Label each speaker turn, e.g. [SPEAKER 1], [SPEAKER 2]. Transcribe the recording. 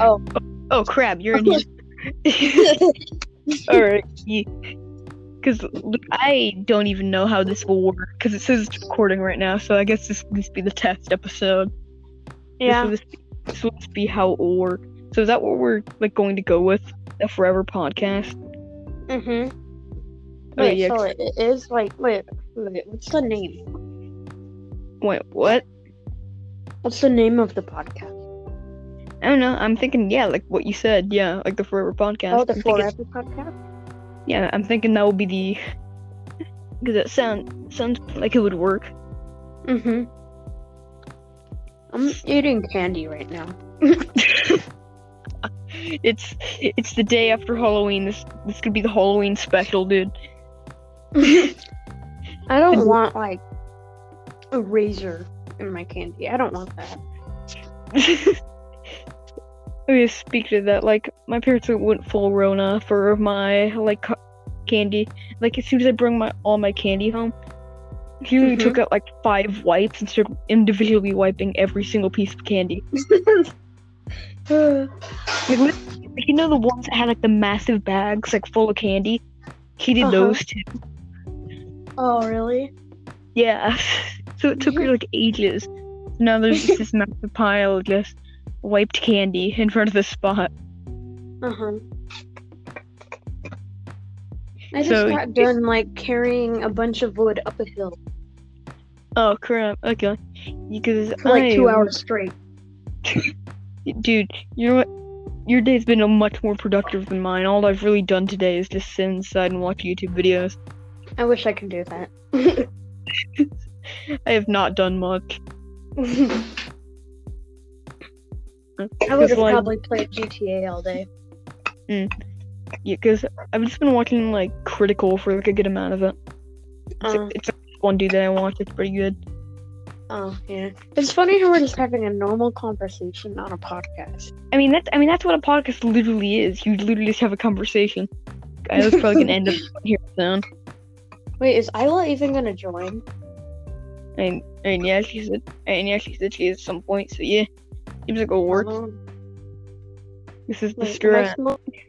[SPEAKER 1] Oh.
[SPEAKER 2] Oh crap! You're in here. All right. Because I don't even know how this will work because it says it's recording right now. So I guess this will just be the test episode.
[SPEAKER 1] yeah.
[SPEAKER 2] This will just, this will just be how it will work. So is that what we're like going to go with the Forever podcast?
[SPEAKER 1] Mm-hmm.
[SPEAKER 2] Oh,
[SPEAKER 1] Wait,
[SPEAKER 2] yeah,
[SPEAKER 1] so it it is like wait, wait, what's the name?
[SPEAKER 2] Wait, what?
[SPEAKER 1] What's the name of the podcast?
[SPEAKER 2] I don't know. I'm thinking, yeah, like what you said, yeah, like the Forever podcast.
[SPEAKER 1] Oh, the
[SPEAKER 2] I'm thinking-
[SPEAKER 1] Forever Podcast.
[SPEAKER 2] yeah, I'm thinking that will be the because it sound sounds like it would work.
[SPEAKER 1] Mm-hmm. I'm eating candy right now.
[SPEAKER 2] It's it's the day after Halloween. This this could be the Halloween special, dude.
[SPEAKER 1] I don't want like a razor in my candy. I don't want that.
[SPEAKER 2] I mean, speak to that. Like my parents went full Rona for my like ca- candy. Like as soon as I bring my all my candy home, he
[SPEAKER 1] Mhm.
[SPEAKER 2] took out like five wipes and started individually wiping every single piece of candy. Like, lit- like, you know the ones that had like the massive bags like full of candy. He did
[SPEAKER 1] Uh-huh.
[SPEAKER 2] those too.
[SPEAKER 1] oh, really?
[SPEAKER 2] Yeah. So it took her like ages. Now there's just this massive pile of just wiped candy in front of the spot.
[SPEAKER 1] Uh huh. I just
[SPEAKER 2] So-
[SPEAKER 1] got done like carrying a bunch of wood up a hill
[SPEAKER 2] Oh crap. Okay. Because
[SPEAKER 1] for like two
[SPEAKER 2] I-
[SPEAKER 1] hours straight.
[SPEAKER 2] Dude, you know what? Your day's been a much more productive than mine. All I've really done today is just sit inside and watch YouTube videos.
[SPEAKER 1] I wish I could do that.
[SPEAKER 2] I have not done much.
[SPEAKER 1] I would
[SPEAKER 2] It's
[SPEAKER 1] have
[SPEAKER 2] like-
[SPEAKER 1] probably played GTA all day.
[SPEAKER 2] Yeah, because I've just been watching like Critical for like a good amount of it. It's,
[SPEAKER 1] Uh,
[SPEAKER 2] it's one dude that I watch. It's pretty good.
[SPEAKER 1] oh yeah. It's funny how we're just having a normal conversation on a podcast.
[SPEAKER 2] I mean that's I mean that's what a podcast literally is. You literally just have a conversation. I was probably gonna end up here soon.
[SPEAKER 1] Wait, is Isla even gonna join?
[SPEAKER 2] And and yeah, she said and yeah, she said she is at some point. So yeah, seems like a work.
[SPEAKER 1] Oh,
[SPEAKER 2] This is the
[SPEAKER 1] wait, am I
[SPEAKER 2] strat.
[SPEAKER 1] smoking?